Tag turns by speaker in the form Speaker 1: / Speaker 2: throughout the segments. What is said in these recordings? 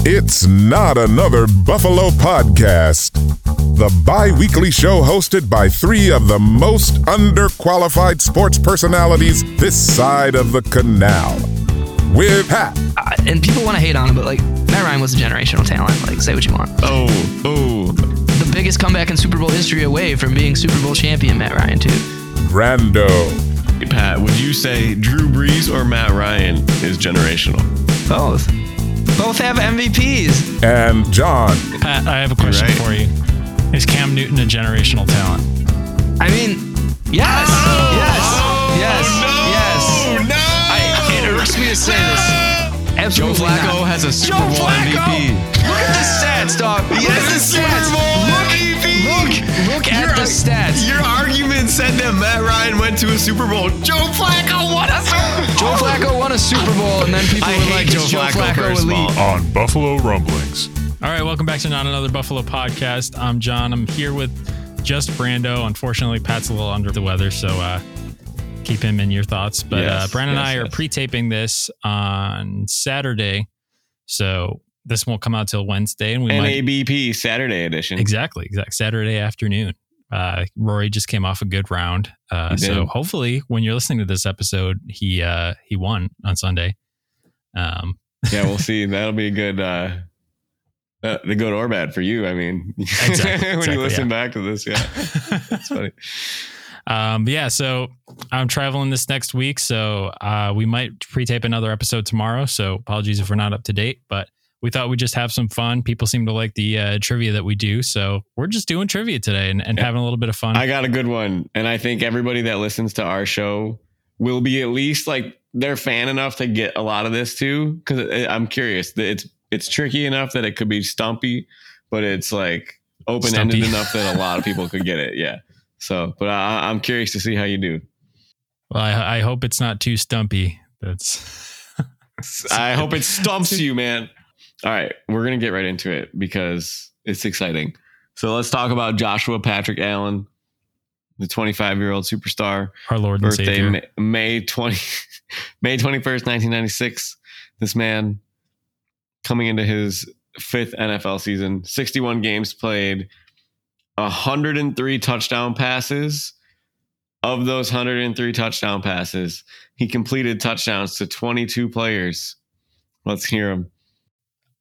Speaker 1: It's not another Buffalo podcast. The bi weekly show hosted by three of the most underqualified sports personalities this side of the canal. With Pat,
Speaker 2: uh, and people want to hate on him, but like Matt Ryan was a generational talent. Like, say what you want.
Speaker 3: Oh, oh.
Speaker 2: The biggest comeback in Super Bowl history away from being Super Bowl champion, Matt Ryan too.
Speaker 1: Brando,
Speaker 3: Pat, would you say Drew Brees or Matt Ryan is generational?
Speaker 2: Both, both have MVPs.
Speaker 1: and John.
Speaker 4: Pat, I have a question
Speaker 3: right.
Speaker 4: for you. Is Cam Newton a generational talent?
Speaker 2: I mean, yes, yes, yes, yes.
Speaker 3: Oh! No!
Speaker 2: I, it irks me to say this.
Speaker 3: Joe
Speaker 2: Absolutely
Speaker 3: Flacco
Speaker 2: not.
Speaker 3: has a Super
Speaker 2: Joe
Speaker 3: Bowl
Speaker 2: Flacco!
Speaker 3: MVP.
Speaker 2: Look at the stats, dog. Look
Speaker 3: He
Speaker 2: at
Speaker 3: has
Speaker 2: the
Speaker 3: a Super
Speaker 2: stats.
Speaker 3: Bowl
Speaker 2: Look,
Speaker 3: MVP.
Speaker 2: look, look at
Speaker 3: Your-
Speaker 2: the stats.
Speaker 3: Your argument said that Matt Ryan went to a Super Bowl. Joe Flacco won a Super Bowl.
Speaker 2: Joe Flacco won a Super Bowl, and then people
Speaker 3: I
Speaker 2: were like,
Speaker 3: hate Joe
Speaker 2: "Is Joe
Speaker 3: Flacco,
Speaker 2: Flacco
Speaker 3: first of all.
Speaker 2: elite?"
Speaker 5: on Buffalo Rumblings.
Speaker 4: All right, welcome back to Not Another Buffalo podcast. I'm John. I'm here with just Brando. Unfortunately, Pat's a little under the weather, so uh, keep him in your thoughts. But uh,
Speaker 3: Yes,
Speaker 4: Brandon and
Speaker 3: yes,
Speaker 4: I are
Speaker 3: yes.
Speaker 4: pre taping this on Saturday. So this won't come out till Wednesday. And we might.
Speaker 3: NABP Saturday edition.
Speaker 4: Exactly. Exact Saturday afternoon. Uh, Rory just came off a good round, uh,
Speaker 3: He
Speaker 4: so
Speaker 3: did.
Speaker 4: hopefully, when you're listening to this episode, he uh, he won on Sunday. Um,
Speaker 3: yeah, we'll see. That'll be a good, uh, uh, the good or bad for you. I mean,
Speaker 4: Exactly,
Speaker 3: when
Speaker 4: exactly,
Speaker 3: you listen back to this, yeah, it's funny.
Speaker 4: um, yeah. So I'm traveling this next week, so uh, we might pre-tape another episode tomorrow. So apologies if we're not up to date, but we thought we'd just have some fun. People seem to like the uh, trivia that we do, so we're just doing trivia today and, and
Speaker 3: Yeah.
Speaker 4: having a little bit of fun.
Speaker 3: I got a good one, and I think everybody that listens to our show will be at least like they're fan enough to get a lot of this too. Because I'm curious, it's it's tricky enough that it could be stumpy, but it's like open ended
Speaker 4: Stumpy.
Speaker 3: enough that a lot of people could get it. Yeah. So, but I, I'm curious to see how you do.
Speaker 4: well, I, I hope it's not too stumpy. That's
Speaker 3: I hope it stumps you, man. All right, we're gonna get right into it because it's exciting. So let's talk about Joshua Patrick Allen, the 25 year old superstar,
Speaker 4: our Lord and
Speaker 3: birthday
Speaker 4: Savior.
Speaker 3: Ma- May 20 May 21st, 1996. This man coming into his fifth NFL season, 61 games played, 103 touchdown passes. Of those 103 touchdown passes, he completed touchdowns to 22 players. Let's hear him.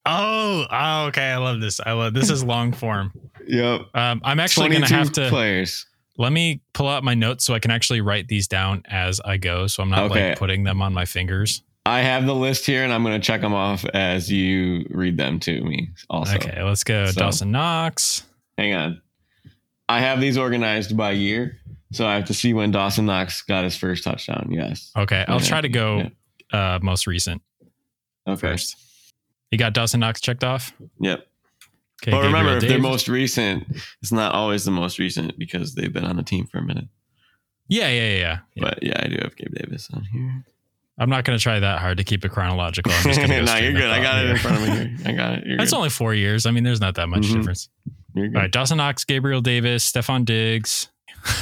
Speaker 4: Oh, oh, okay. I love this. I love this is long form.
Speaker 3: Yep.
Speaker 4: Um, I'm actually going to have to
Speaker 3: players.
Speaker 4: let me pull out my notes so I can actually write these down as I go, so I'm not
Speaker 3: Okay.
Speaker 4: like putting them on my fingers.
Speaker 3: I have the list here and I'm going to check them off as you read them to me also.
Speaker 4: okay, let's go.
Speaker 3: so-
Speaker 4: Dawson Knox.
Speaker 3: Hang on. I have these organized by year, so I have to see when Dawson Knox got his first touchdown. Yes.
Speaker 4: Okay, I'll
Speaker 3: Yeah,
Speaker 4: try to go uh, most recent
Speaker 3: Okay.
Speaker 4: first. You got Dawson Knox checked off.
Speaker 3: Yep.
Speaker 4: Okay,
Speaker 3: but remember,
Speaker 4: Gabriel
Speaker 3: if they're
Speaker 4: Davis.
Speaker 3: most recent, it's not always the most recent because they've been on the team for a minute.
Speaker 4: yeah, yeah, yeah. yeah. yeah.
Speaker 3: But yeah, I do have Gabe Davis on here.
Speaker 4: I'm not going to try that hard to keep it chronological. I'm just going to.
Speaker 3: no, you're good. I got it in front of me here. I got it. You're
Speaker 4: That's
Speaker 3: good.
Speaker 4: only four years. I mean, there's not that much
Speaker 3: Mhm.
Speaker 4: difference.
Speaker 3: You're good.
Speaker 4: All right, Dawson Knox, Gabriel Davis, Stefan Diggs,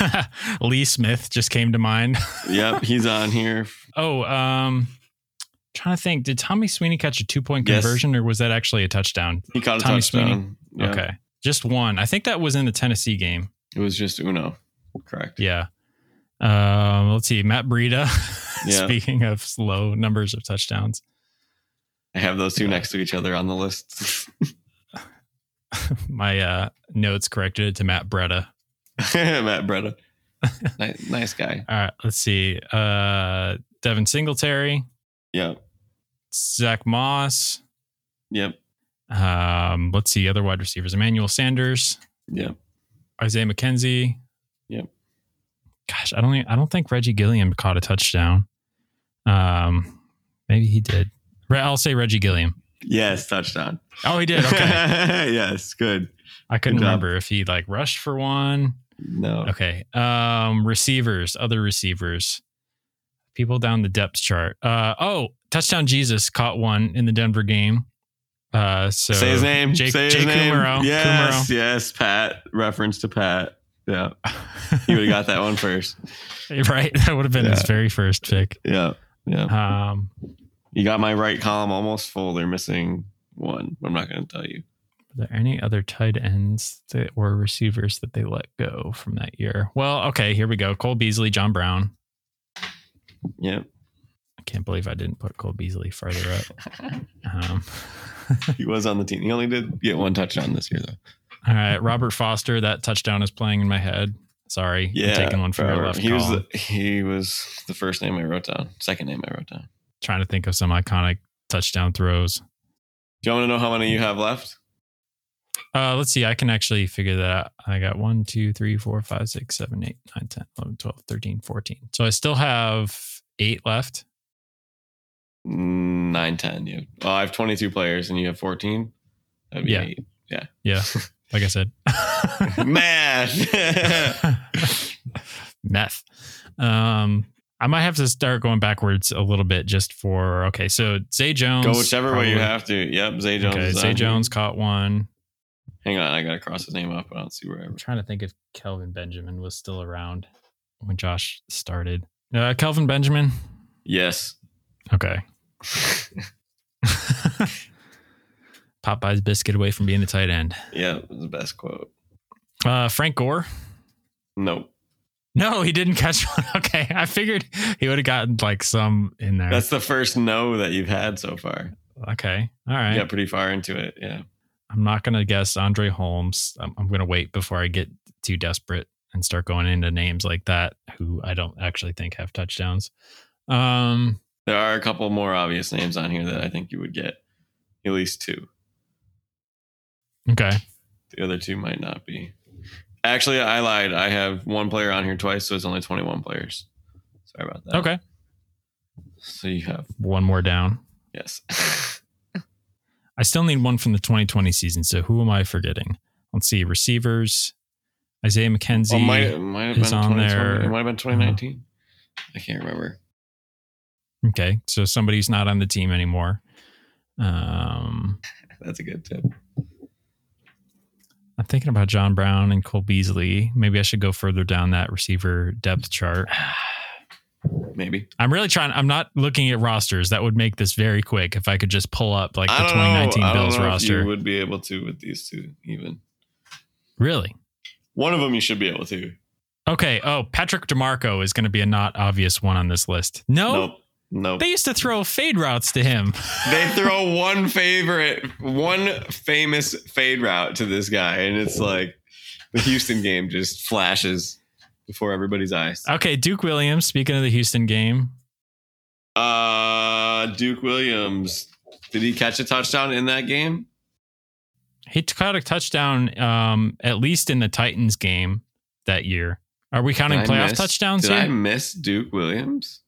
Speaker 4: Lee Smith just came to mind.
Speaker 3: Yep, he's on here.
Speaker 4: Oh, um, trying to think. Did Tommy Sweeney catch a two point
Speaker 3: Yes.
Speaker 4: conversion, or was that actually a touchdown?
Speaker 3: He caught a
Speaker 4: Tommy
Speaker 3: touchdown. Yeah.
Speaker 4: Okay, just one. I think that was in the Tennessee game.
Speaker 3: It was just Uno. Correct.
Speaker 4: Yeah. Um, let's see. Matt Breida.
Speaker 3: Yeah.
Speaker 4: Speaking of low numbers of touchdowns,
Speaker 3: I have those two next to each other on the list.
Speaker 4: my uh, notes corrected it to Matt Breida.
Speaker 3: Matt Breda. nice, nice guy.
Speaker 4: All right, let's see. Uh, Devin Singletary,
Speaker 3: Yep.
Speaker 4: Zach Moss.
Speaker 3: Yep.
Speaker 4: Um, let's see other wide receivers: Emmanuel Sanders,
Speaker 3: Yep.
Speaker 4: Isaiah McKenzie.
Speaker 3: Yep.
Speaker 4: Gosh, I don't. e- I don't think Reggie Gilliam caught a touchdown. Um, maybe he did. Re- I'll say Reggie Gilliam.
Speaker 3: Yes, touchdown.
Speaker 4: Oh, he did. Okay,
Speaker 3: yes, good.
Speaker 4: I couldn't
Speaker 3: Good job.
Speaker 4: remember if he like rushed for one.
Speaker 3: No.
Speaker 4: Okay. Um, receivers, other receivers, people down the depth chart. Uh, oh, touchdown Jesus caught one in the Denver game. Uh, so
Speaker 3: Say his name.
Speaker 4: Jake,
Speaker 3: Say his
Speaker 4: Jake
Speaker 3: name.
Speaker 4: Kumaro.
Speaker 3: Yes,
Speaker 4: Kumaro.
Speaker 3: yes. Pat. Reference to Pat. Yeah. You would have got that one first.
Speaker 4: right. That would have been his
Speaker 3: Yeah.
Speaker 4: very first pick.
Speaker 3: Yeah. Yeah.
Speaker 4: Um,
Speaker 3: You got my right column almost full. They're missing one. I'm not going to tell you.
Speaker 4: Are there any other tight ends that or receivers that they let go from that year? Well, okay, here we go. Cole Beasley, John Brown.
Speaker 3: Yeah.
Speaker 4: I can't believe I didn't put Cole Beasley farther up. Um,
Speaker 3: He was on the team. He only did get one touchdown this year, though.
Speaker 4: all right, Robert Foster. That touchdown is playing in my head. Sorry, I'm
Speaker 3: Yeah.
Speaker 4: taking one for your
Speaker 3: Robert.
Speaker 4: left.
Speaker 3: he was
Speaker 4: column.
Speaker 3: the, he was the first name I wrote down. Second name I wrote down.
Speaker 4: trying to think of some iconic touchdown throws.
Speaker 3: Do you want to know how many you have left?
Speaker 4: Uh, let's see. I can actually figure that out. I got 1, 2, 3, 4, 5, 6, 7, 8, 9, 10, 11, 12, 13, 14. So I still have eight left.
Speaker 3: Mm, Nine, ten. You. Oh, I have twenty-two players, and you have fourteen. That'd be
Speaker 4: Yeah.
Speaker 3: eight.
Speaker 4: Yeah. Like I said,
Speaker 3: Math.
Speaker 4: meth. Um, I might have to start going backwards a little bit just for okay. So Zay Jones,
Speaker 3: Go whichever way you
Speaker 4: probably-
Speaker 3: have to. Yep. Zay Jones. uh,
Speaker 4: Okay,
Speaker 3: is
Speaker 4: Zay
Speaker 3: on.
Speaker 4: Jones caught one.
Speaker 3: Hang on, I gotta cross his name off, but I don't see where I
Speaker 4: I'm trying to think if Kelvin Benjamin was still around when Josh started. Uh, Kelvin Benjamin.
Speaker 3: Yes.
Speaker 4: Okay. Popeye's biscuit away from being a tight end.
Speaker 3: yeah, it was the best quote.
Speaker 4: Uh, Frank Gore.
Speaker 3: Nope.
Speaker 4: No, he didn't catch one. Okay, I figured he would have gotten like some in there.
Speaker 3: That's the first no that you've had so far.
Speaker 4: okay. All
Speaker 3: You
Speaker 4: right.
Speaker 3: got pretty far into it. Yeah.
Speaker 4: I'm not going to guess Andre Holmes. I'm, I'm going to wait before I get too desperate and start going into names like that who I don't actually think have touchdowns. Um,
Speaker 3: There are a couple more obvious names on here that I think you would get. At least two.
Speaker 4: okay.
Speaker 3: The other two might not be. Actually, I lied. I have one player on here twice, so it's only 21 players. Sorry about that.
Speaker 4: Okay.
Speaker 3: So you have,
Speaker 4: One more down.
Speaker 3: yes.
Speaker 4: I still need one from the 2020 season. So who am I forgetting? Let's see. Receivers, Isaiah McKenzie.
Speaker 3: Well, might, it might Oh, have been
Speaker 4: is on
Speaker 3: 2020.
Speaker 4: there. Uh-huh.
Speaker 3: It might have been 2019. I can't remember.
Speaker 4: okay. So somebody's not on the team anymore. Um,
Speaker 3: That's a good tip.
Speaker 4: I'm thinking about John Brown and Cole Beasley. Maybe I should go further down that receiver depth chart.
Speaker 3: Maybe.
Speaker 4: I'm really trying. I'm not looking at rosters. That would make this very quick if I could just pull up like the
Speaker 3: I don't know.
Speaker 4: 2019
Speaker 3: I don't
Speaker 4: Bills
Speaker 3: know if
Speaker 4: roster.
Speaker 3: you would be able to with these two, even.
Speaker 4: Really?
Speaker 3: One of them you should be able to.
Speaker 4: Okay. Oh, Patrick DeMarco is going to be a not obvious one on this list. No,
Speaker 3: Nope. Nope.
Speaker 4: Oh. they used to throw fade routes to him.
Speaker 3: they throw one favorite, one famous fade route to this guy, and it's like the Houston game just flashes before everybody's eyes.
Speaker 4: Okay, Duke Williams. Speaking of the Houston game,
Speaker 3: Uh, Duke Williams, did he catch a touchdown in that game?
Speaker 4: he t- caught a touchdown. Um, at least in the Titans game that year. Are we counting
Speaker 3: Did I
Speaker 4: playoff
Speaker 3: miss-
Speaker 4: touchdowns
Speaker 3: Did
Speaker 4: here?
Speaker 3: I miss Duke Williams?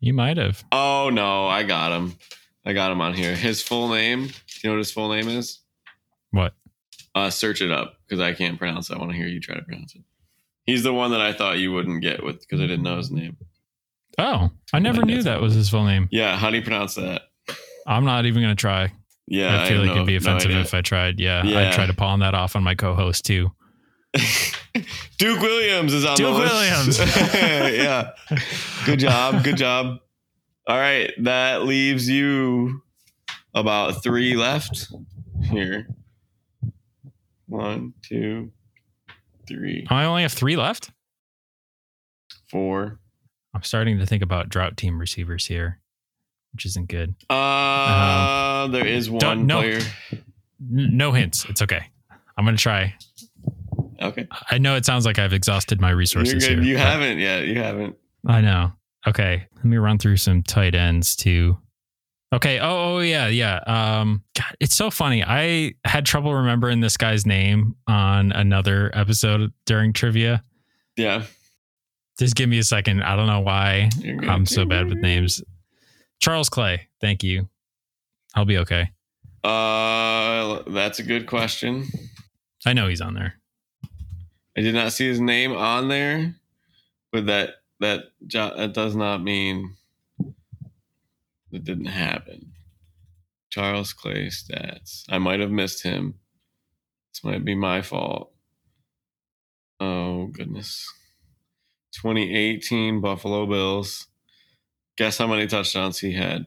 Speaker 4: you might have.
Speaker 3: Oh no, I got him. I got him on here. His full name. Do you know what his full name is?
Speaker 4: What?
Speaker 3: Uh, search it up because I can't pronounce it. I want to hear you try to pronounce it. He's the one that I thought you wouldn't get with because I didn't know his name.
Speaker 4: Oh, I never
Speaker 3: Like
Speaker 4: knew
Speaker 3: that's-
Speaker 4: that was his full name.
Speaker 3: Yeah, how do you pronounce that?
Speaker 4: I'm not even going to try.
Speaker 3: Yeah,
Speaker 4: I feel like
Speaker 3: have
Speaker 4: it'd be
Speaker 3: no- no
Speaker 4: offensive
Speaker 3: idea.
Speaker 4: if I tried. Yeah,
Speaker 3: Yeah.
Speaker 4: I'd try to pawn that off on my co-host too.
Speaker 3: Duke Williams is on
Speaker 4: Duke
Speaker 3: the list.
Speaker 4: Williams.
Speaker 3: yeah. Good job. Good job. All right. That leaves you about three left here. One, two, three,
Speaker 4: I only have three left.
Speaker 3: four.
Speaker 4: I'm starting to think about drought team receivers here, which isn't good.
Speaker 3: Uh, there is one
Speaker 4: Uh-huh. don't- no.
Speaker 3: player.
Speaker 4: N- No hints. It's okay. I'm going to try.
Speaker 3: Okay.
Speaker 4: I know it sounds like I've exhausted my
Speaker 3: You're
Speaker 4: resources
Speaker 3: good.
Speaker 4: here.
Speaker 3: You
Speaker 4: but
Speaker 3: haven't yet. You haven't.
Speaker 4: I know. Okay, let me run through some tight ends too. Okay. Oh, oh yeah, yeah. Um, God, it's so funny. I had trouble remembering this guy's name on another episode during trivia.
Speaker 3: Yeah.
Speaker 4: Just give me a second. I don't know why
Speaker 3: You're good.
Speaker 4: I'm so bad with names. Charles Clay, thank you. I'll be okay.
Speaker 3: Uh, that's a good question.
Speaker 4: I know he's on there.
Speaker 3: I did not see his name on there, but that that jo- that does not mean it didn't happen. Charles Clay stats. I might have missed him. This might be my fault. Oh goodness. 2018 Buffalo Bills. Guess how many touchdowns he had?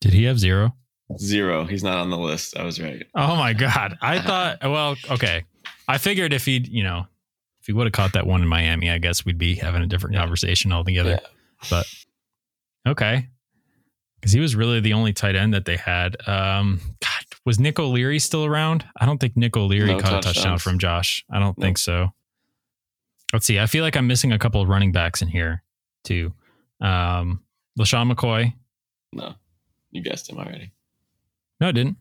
Speaker 4: Did he have zero?
Speaker 3: Zero. He's not on the list. I was right.
Speaker 4: Oh my god! I thought. Well, okay. I figured if he, would you know, if he would have caught that one in Miami, I guess we'd be having a different conversation altogether. But okay, because he was really the only tight end that they had. Um, God, was Nick O'Leary still around? I don't think Nick O'Leary
Speaker 3: No
Speaker 4: caught a touchdown
Speaker 3: touchdowns.
Speaker 4: from Josh. I don't
Speaker 3: No.
Speaker 4: think so. Let's see. I feel like I'm missing a couple of running backs in here too. Um, LaShawn McCoy.
Speaker 3: No, you guessed him already.
Speaker 4: No, I didn't.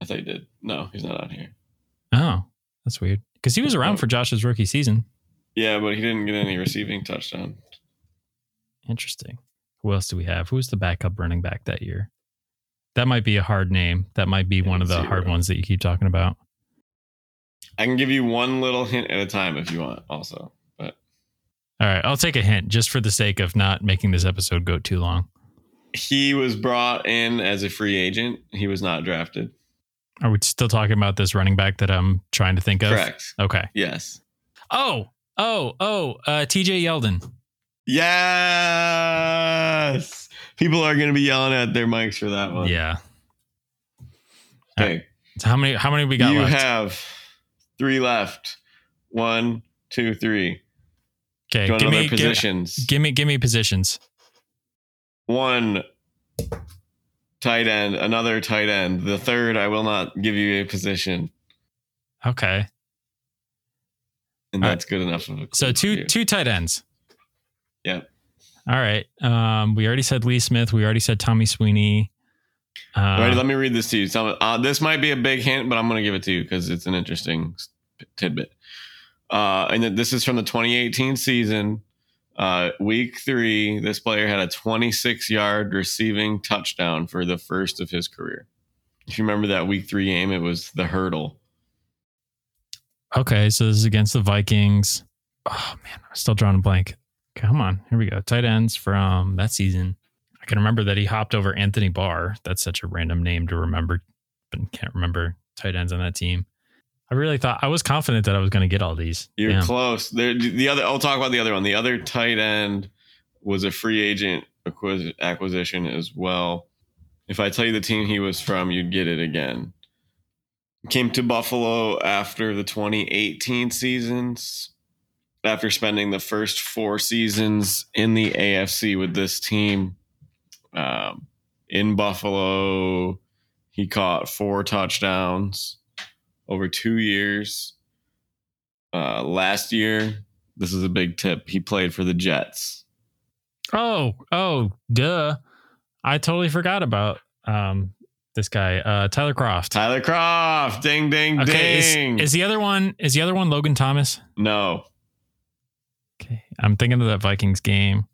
Speaker 3: I thought you did. No, he's not on here.
Speaker 4: Oh, that's weird. Because he was around for Josh's rookie season.
Speaker 3: Yeah, but he didn't get any receiving touchdown.
Speaker 4: Interesting. Who else do we have? Who was the backup running back that year? That might be a hard name. That might be one of the hard
Speaker 3: Zero.
Speaker 4: ones that you keep talking about.
Speaker 3: I can give you one little hint at a time if you want. Also, but
Speaker 4: All right, I'll take a hint just for the sake of not making this episode go too long.
Speaker 3: he was brought in as a free agent. He was not drafted.
Speaker 4: Are we still talking about this running back that I'm trying to think of?
Speaker 3: Correct.
Speaker 4: Okay.
Speaker 3: Yes.
Speaker 4: Oh, oh, oh, uh, TJ Yeldon.
Speaker 3: Yes. People are going to be yelling at their mics for that one.
Speaker 4: Yeah.
Speaker 3: Okay.
Speaker 4: So how many how many we got
Speaker 3: you
Speaker 4: left?
Speaker 3: have three left. One, two, three.
Speaker 4: okay,
Speaker 3: Do you want
Speaker 4: give
Speaker 3: another
Speaker 4: me, give,
Speaker 3: positions?
Speaker 4: give me give me positions.
Speaker 3: One tight end, another tight end. The third, I will not give you a position,
Speaker 4: Okay.
Speaker 3: and
Speaker 4: All right.
Speaker 3: that's good enough of a.
Speaker 4: So
Speaker 3: clue
Speaker 4: two
Speaker 3: for you.
Speaker 4: two tight ends.
Speaker 3: Yep.
Speaker 4: All right. Um, we already said Lee Smith. We already said Tommy Sweeney. Um,
Speaker 3: All right, let me read this to you. Some, uh, this might be a big hint, but I'm going to give it to you because it's an interesting s- tidbit. Uh, and then this is from the 2018 season, uh, week three. This player had a 26 yard receiving touchdown for the first of his career. If you remember that week three game, it was the hurdle.
Speaker 4: okay. So this is against the Vikings. Oh man, I'm still drawing a blank. Come on, here we go. Tight ends from that season. I can remember that he hopped over Anthony Barr. That's such a random name to remember, but can't remember tight ends on that team. I really thought I was confident that I was going to get all these.
Speaker 3: You're
Speaker 4: Damn.
Speaker 3: close. There, the other. I'll talk about the other one. The other tight end was a free agent acquis- acquisition as well. If I tell you the team he was from, you'd get it again. Came to Buffalo after the 2018 seasons, after spending the first four seasons in the AFC with this team. Um, in Buffalo, he caught four touchdowns over two years uh, last year. This is a big tip. He played for the Jets.
Speaker 4: Oh, oh, duh. I totally forgot about um this guy, uh Tyler Croft.
Speaker 3: Tyler Croft. Ding, ding,
Speaker 4: okay,
Speaker 3: ding.
Speaker 4: is, is the other one is the other one Logan Thomas?
Speaker 3: no.
Speaker 4: Okay. I'm thinking of that Vikings game.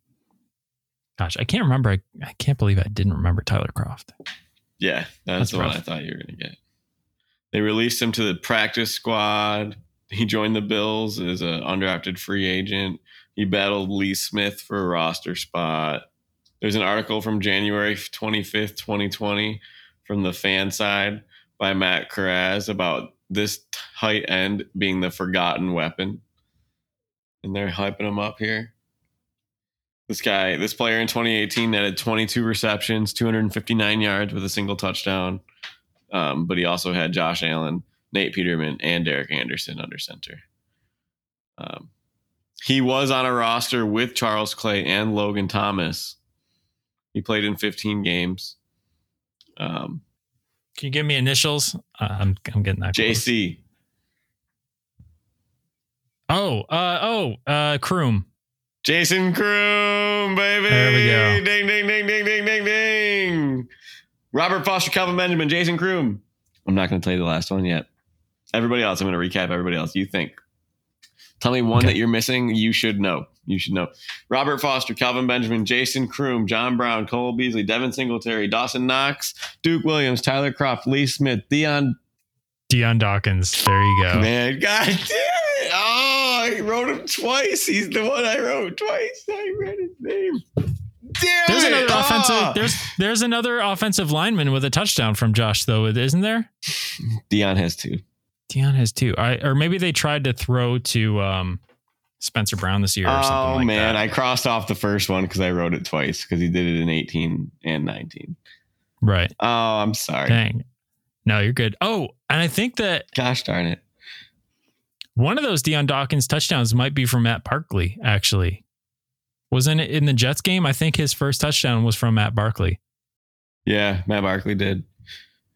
Speaker 4: Gosh, I can't remember. I, I can't believe I didn't remember Tyler Croft.
Speaker 3: Yeah, that's,
Speaker 4: That's
Speaker 3: the
Speaker 4: rough.
Speaker 3: one I thought you were going to get. They released him to the practice squad. He joined the Bills as an undrafted free agent. He battled Lee Smith for a roster spot. There's an article from January 25th, 2020, from the fan side by Matt Carraz about this tight end being the forgotten weapon. And they're hyping him up here. This guy, this player in 2018 that had 22 receptions, 259 yards with a single touchdown. Um, but he also had Josh Allen, Nate Peterman, and Derek Anderson under center. Um, he was on a roster with Charles Clay and Logan Thomas. He played in 15 games. Um,
Speaker 4: Can you give me initials? Uh, I'm I'm getting that. close.
Speaker 3: JC,
Speaker 4: Oh, uh oh, uh Kroom.
Speaker 3: Jason Kroom, baby.
Speaker 4: There we go.
Speaker 3: Ding, ding, ding, ding, ding, ding, ding. Robert Foster, Calvin Benjamin, Jason Kroom. I'm not going to tell you the last one yet. Everybody else, I'm going to recap everybody else. You think. Tell me one
Speaker 4: Okay.
Speaker 3: that you're missing. You should know. You should know. Robert Foster, Calvin Benjamin, Jason Kroom, John Brown, Cole Beasley, Devin Singletary, Dawson Knox, Duke Williams, Tyler Croft, Lee Smith, Deion.
Speaker 4: Deion Dawkins. There you go.
Speaker 3: Man, God damn it. Oh, I wrote him twice. He's the one I wrote twice. I read his name. Damn
Speaker 4: There's
Speaker 3: it.
Speaker 4: another
Speaker 3: Ah.
Speaker 4: offensive there's there's another offensive lineman with a touchdown from Josh though, isn't there?
Speaker 3: Dion has two.
Speaker 4: Deion has two. I, or maybe they tried to throw to um, Spencer Brown this year or something
Speaker 3: Oh
Speaker 4: like
Speaker 3: man,
Speaker 4: that.
Speaker 3: I crossed off the first one because I wrote it twice because he did it in 18 and 19.
Speaker 4: Right.
Speaker 3: Oh, I'm sorry.
Speaker 4: Dang. No, you're good. Oh, and I think that
Speaker 3: Gosh darn it.
Speaker 4: one of those Deion Dawkins touchdowns might be from Matt Barkley, actually. Wasn't it in the Jets game? I think his first touchdown was from Matt Barkley,
Speaker 3: Yeah, Matt Barkley did.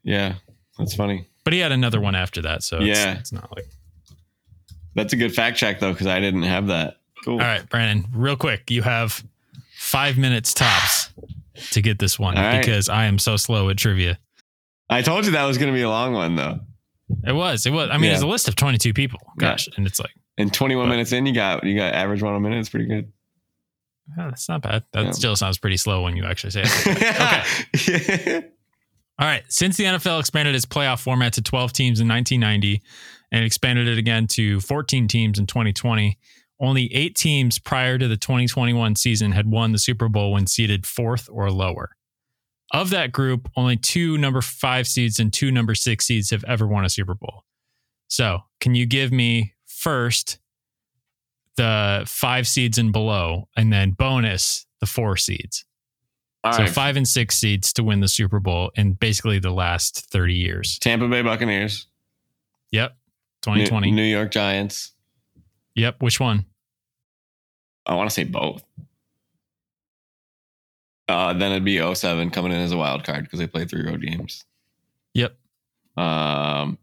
Speaker 3: Yeah, that's funny.
Speaker 4: but he had another one after that. So it's-
Speaker 3: Yeah.
Speaker 4: it's, not like.
Speaker 3: That's a good fact check though, because I didn't have that. Cool.
Speaker 4: All right, Brandon, real quick. You have five minutes tops to get this one
Speaker 3: All right.
Speaker 4: because I am so slow at trivia.
Speaker 3: I told you that was going to be a long one though.
Speaker 4: It was. It was. I mean,
Speaker 3: Yeah.
Speaker 4: it's a list of 22 people.
Speaker 3: Yeah.
Speaker 4: Gosh. And it's like,
Speaker 3: And 21
Speaker 4: But-
Speaker 3: minutes in, you got you got average one a minute. It's pretty good.
Speaker 4: oh, that's not bad. That
Speaker 3: Yeah.
Speaker 4: still sounds pretty slow when you actually say it.
Speaker 3: okay.
Speaker 4: All right. Since the NFL expanded its playoff format to 12 teams in 1990 and expanded it again to 14 teams in 2020, only eight teams prior to the 2021 season had won the Super Bowl when seeded fourth or lower. Of that group, only two number five seeds and two number six seeds have ever won a Super Bowl. So, can you give me first the five seeds and below, and then bonus the four seeds?
Speaker 3: All
Speaker 4: so
Speaker 3: right.
Speaker 4: five and six seeds to win the Super Bowl in basically the last 30 years.
Speaker 3: Tampa Bay Buccaneers.
Speaker 4: Yep.
Speaker 3: New-
Speaker 4: 2020.
Speaker 3: New York Giants.
Speaker 4: Yep. Which one?
Speaker 3: I want to say both. Uh, then it'd be 07 coming in as a wild card because they played three road games.
Speaker 4: Yep.
Speaker 3: Um,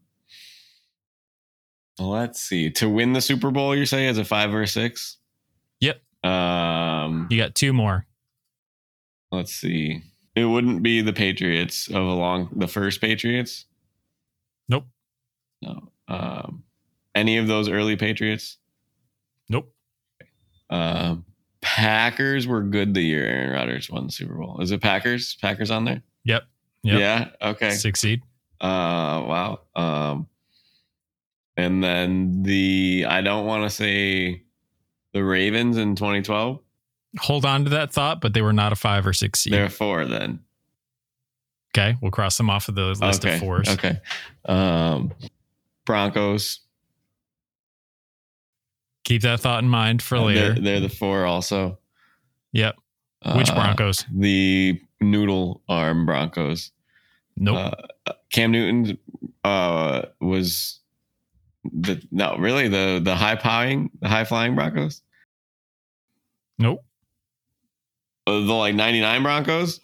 Speaker 3: let's see. To win the Super Bowl, you say as a five or a six?
Speaker 4: Yep.
Speaker 3: Um,
Speaker 4: You got two more.
Speaker 3: let's see. It wouldn't be the Patriots of along the first Patriots.
Speaker 4: Nope.
Speaker 3: No. Um, any of those early Patriots?
Speaker 4: Nope.
Speaker 3: Um, Packers were good the year Aaron Rodgers won the Super Bowl. Is it Packers? Packers on there?
Speaker 4: Yep. Yep.
Speaker 3: Yeah. Okay.
Speaker 4: Six seed.
Speaker 3: Uh, wow. Um, and then the I don't want to say the Ravens in 2012.
Speaker 4: Hold on to that thought, but they were not a five or six seed.
Speaker 3: They're four then.
Speaker 4: Okay. We'll cross them off of the list
Speaker 3: okay.
Speaker 4: of fours.
Speaker 3: Okay. Um, Broncos.
Speaker 4: Keep that thought in mind for later.
Speaker 3: They're, they're the four also.
Speaker 4: yep. Which
Speaker 3: Uh,
Speaker 4: Broncos?
Speaker 3: The noodle arm Broncos.
Speaker 4: Nope.
Speaker 3: Uh, Cam Newton uh, was the no really the the high powering the high flying Broncos.
Speaker 4: nope.
Speaker 3: Uh, the like 99 Broncos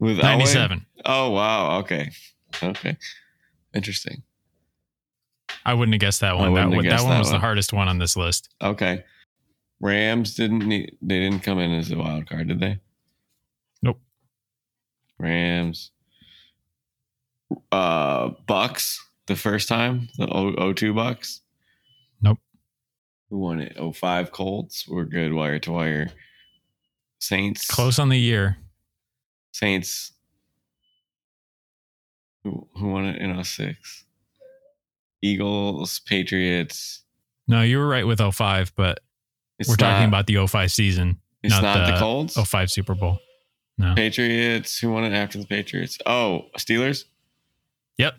Speaker 3: with Elway?
Speaker 4: 97.
Speaker 3: Oh wow, okay. Okay. Interesting.
Speaker 4: I wouldn't have guessed that one. That,
Speaker 3: wouldn't
Speaker 4: one
Speaker 3: have
Speaker 4: that
Speaker 3: guessed
Speaker 4: one
Speaker 3: that
Speaker 4: was the
Speaker 3: one.
Speaker 4: hardest one on this list.
Speaker 3: Okay. Rams didn't need they didn't come in as a wild card, did they?
Speaker 4: Nope.
Speaker 3: Rams. Uh Bucks the first time, the O two Bucks.
Speaker 4: Nope.
Speaker 3: Who won it? 05 Colts were good wire to wire. Saints.
Speaker 4: Close on the year.
Speaker 3: Saints. Who, who won it in 06? Eagles, Patriots.
Speaker 4: No, you were right with 05, but
Speaker 3: It's
Speaker 4: we're
Speaker 3: not-
Speaker 4: talking about the 05 season,
Speaker 3: it's
Speaker 4: not
Speaker 3: not, the,
Speaker 4: the
Speaker 3: Colts.
Speaker 4: 05 Super Bowl.
Speaker 3: Patriots. Who won it after the Patriots? Oh, Steelers.
Speaker 4: Yep.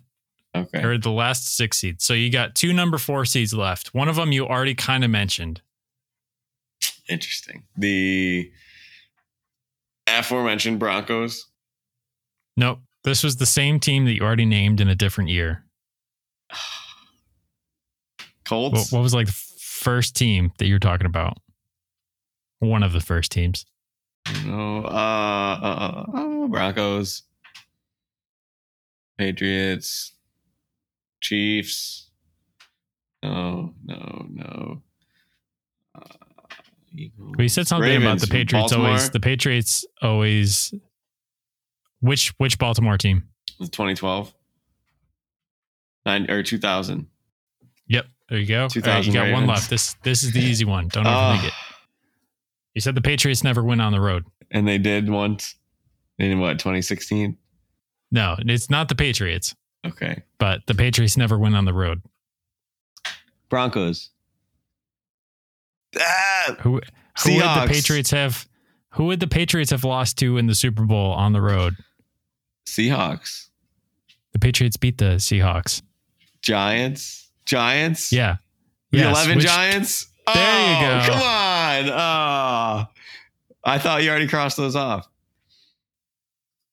Speaker 3: Okay.
Speaker 4: Or the last six seeds. So you got two number four seeds left. One of them you already kind of mentioned.
Speaker 3: Interesting. The aforementioned Broncos.
Speaker 4: Nope. This was the same team that you already named in a different year. What,
Speaker 3: Colts.
Speaker 4: what was like the first team that you're talking about? One of the first teams.
Speaker 3: No. Uh, uh, uh, uh, Broncos. Patriots. Chiefs. No, no, no. Uh, Eagles.
Speaker 4: We said something about
Speaker 3: Ravens,
Speaker 4: the Patriots
Speaker 3: Baltimore.
Speaker 4: always the Patriots always which which Baltimore team?
Speaker 3: 2012. Nine or 2000.
Speaker 4: Yep. There you go. All right, you
Speaker 3: 2000
Speaker 4: got one
Speaker 3: Ravens.
Speaker 4: left. This this is the easy one. Don't overthink
Speaker 3: Ah,
Speaker 4: it. You said the Patriots never win on the road.
Speaker 3: and they did once in what 2016.
Speaker 4: No, it's not the Patriots,
Speaker 3: Okay.
Speaker 4: but the Patriots never win on the road.
Speaker 3: Broncos. Ah,
Speaker 4: Who, who would the
Speaker 3: Seahawks.
Speaker 4: Patriots have? Who would the Patriots have lost to in the Super Bowl on the road?
Speaker 3: Seahawks.
Speaker 4: The Patriots beat the Seahawks.
Speaker 3: Giants. Giants.
Speaker 4: Yeah.
Speaker 3: The
Speaker 4: Yes,
Speaker 3: 11
Speaker 4: which-
Speaker 3: Giants.
Speaker 4: There you
Speaker 3: Oh,
Speaker 4: go.
Speaker 3: Come on. Oh, I thought you already crossed those off.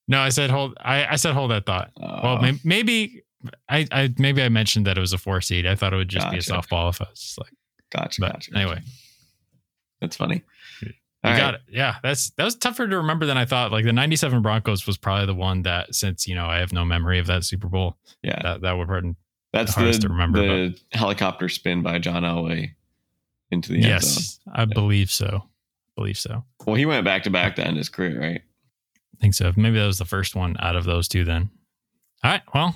Speaker 4: No, I said hold. I, I said hold that thought. Well,
Speaker 3: Uh,
Speaker 4: maybe, maybe I, I maybe I mentioned that it was a four seed. I thought it would just be a
Speaker 3: Gotcha.
Speaker 4: softball if I was just like,
Speaker 3: gotcha,
Speaker 4: but
Speaker 3: gotcha.
Speaker 4: anyway,
Speaker 3: that's funny.
Speaker 4: You
Speaker 3: All
Speaker 4: you
Speaker 3: right.
Speaker 4: got it. Yeah, that's that was tougher to remember than I thought. Like the '97 Broncos was probably the one that, since you know I have no memory of that Super Bowl,
Speaker 3: Yeah,
Speaker 4: that that would burden.
Speaker 3: that's the,
Speaker 4: hardest to remember,
Speaker 3: the helicopter spin by John Elway into the end zone.
Speaker 4: yes, I believe so. believe so.
Speaker 3: Well, he went back to back to end his career, right?
Speaker 4: think so. Maybe that was the first one out of those two. Then. All right. Well,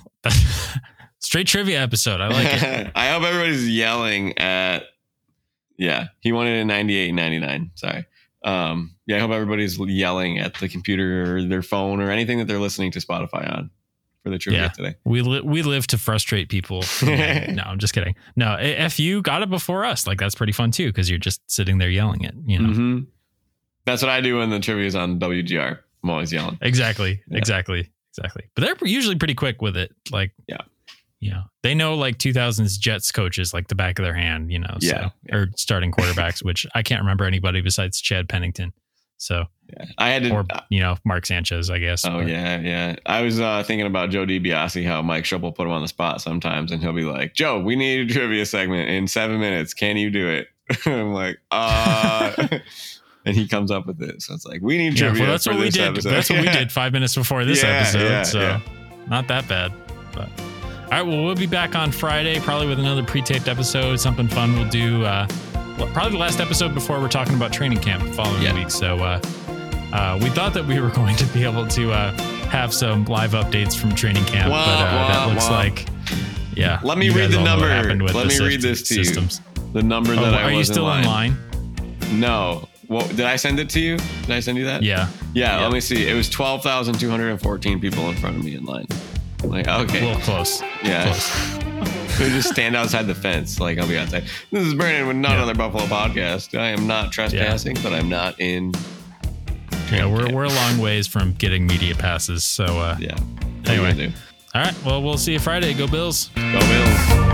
Speaker 4: straight trivia episode. I like it.
Speaker 3: I hope everybody's yelling at. Yeah, he won it in 98 99. Sorry. Um, yeah, I hope everybody's yelling at the computer or their phone or anything that they're listening to Spotify on for the trivia
Speaker 4: Yeah.
Speaker 3: today.
Speaker 4: We li- we live to frustrate people. no, I'm just kidding. No, i- if you got it before us, like that's pretty fun too, because you're just sitting there yelling it. You know.
Speaker 3: hmm That's what I do when the trivia's on WGR. I'm always yelling.
Speaker 4: Exactly.
Speaker 3: Yeah.
Speaker 4: Exactly. Exactly. But they're usually pretty quick with it. Like,
Speaker 3: Yeah.
Speaker 4: You know, they know like 2000s Jets coaches like the back of their hand, you know,
Speaker 3: Yeah,
Speaker 4: so, or starting quarterbacks, which I can't remember anybody besides Chad Pennington. So,
Speaker 3: I had to.
Speaker 4: or, you know, Mark Sanchez, I guess.
Speaker 3: uh, oh,
Speaker 4: But-
Speaker 3: yeah, yeah. I was uh, thinking about Joe DiBiase, how Mike Schuppel put him on the spot sometimes, and he'll be like, Joe, we need a trivia segment in seven minutes. Can you do it? I'm like, uh. and he comes up with it. So it's like, we need
Speaker 4: Yeah,
Speaker 3: trivia.
Speaker 4: well, that's
Speaker 3: uh, for
Speaker 4: what we
Speaker 3: this
Speaker 4: did.
Speaker 3: episode.
Speaker 4: That's what we
Speaker 3: Yeah.
Speaker 4: did five minutes before this
Speaker 3: Yeah,
Speaker 4: episode.
Speaker 3: yeah,
Speaker 4: so
Speaker 3: yeah.
Speaker 4: not that bad. But all right, well, we'll be back on Friday, probably with another pre-taped episode, something fun we'll do. Uh, well, probably the last episode before we're talking about training camp the following
Speaker 3: Yeah.
Speaker 4: week. So uh, uh, we thought that we were going to be able to uh, have some live updates from training camp,
Speaker 3: Wah,
Speaker 4: but uh, that
Speaker 3: wah,
Speaker 4: looks
Speaker 3: wah.
Speaker 4: like yeah.
Speaker 3: Let me
Speaker 4: you
Speaker 3: read
Speaker 4: guys
Speaker 3: the
Speaker 4: all know what
Speaker 3: number.
Speaker 4: happened with
Speaker 3: Let
Speaker 4: the
Speaker 3: me read
Speaker 4: syst-
Speaker 3: this to you.
Speaker 4: systems.
Speaker 3: The number that
Speaker 4: Oh,
Speaker 3: I
Speaker 4: are you
Speaker 3: was
Speaker 4: still in line?
Speaker 3: No. Well, did I send it to you? Did I send you that?
Speaker 4: Yeah.
Speaker 3: Yeah,
Speaker 4: Yeah.
Speaker 3: let me see. It was 12,214 people in front of me in line. I'm like, okay.
Speaker 4: A little close.
Speaker 3: yeah.
Speaker 4: Close.
Speaker 3: We just stand outside the fence, like I'll be outside. This is Brandon with not
Speaker 4: Yeah.
Speaker 3: another Buffalo podcast. I am not trespassing, but I'm not in.
Speaker 4: Yeah, we're, we're a long ways from getting media passes. So, uh,
Speaker 3: Yeah.
Speaker 4: Anyway.
Speaker 3: What are you gonna do?
Speaker 4: all right. Well, we'll see you Friday. Go Bills.
Speaker 3: go Bills.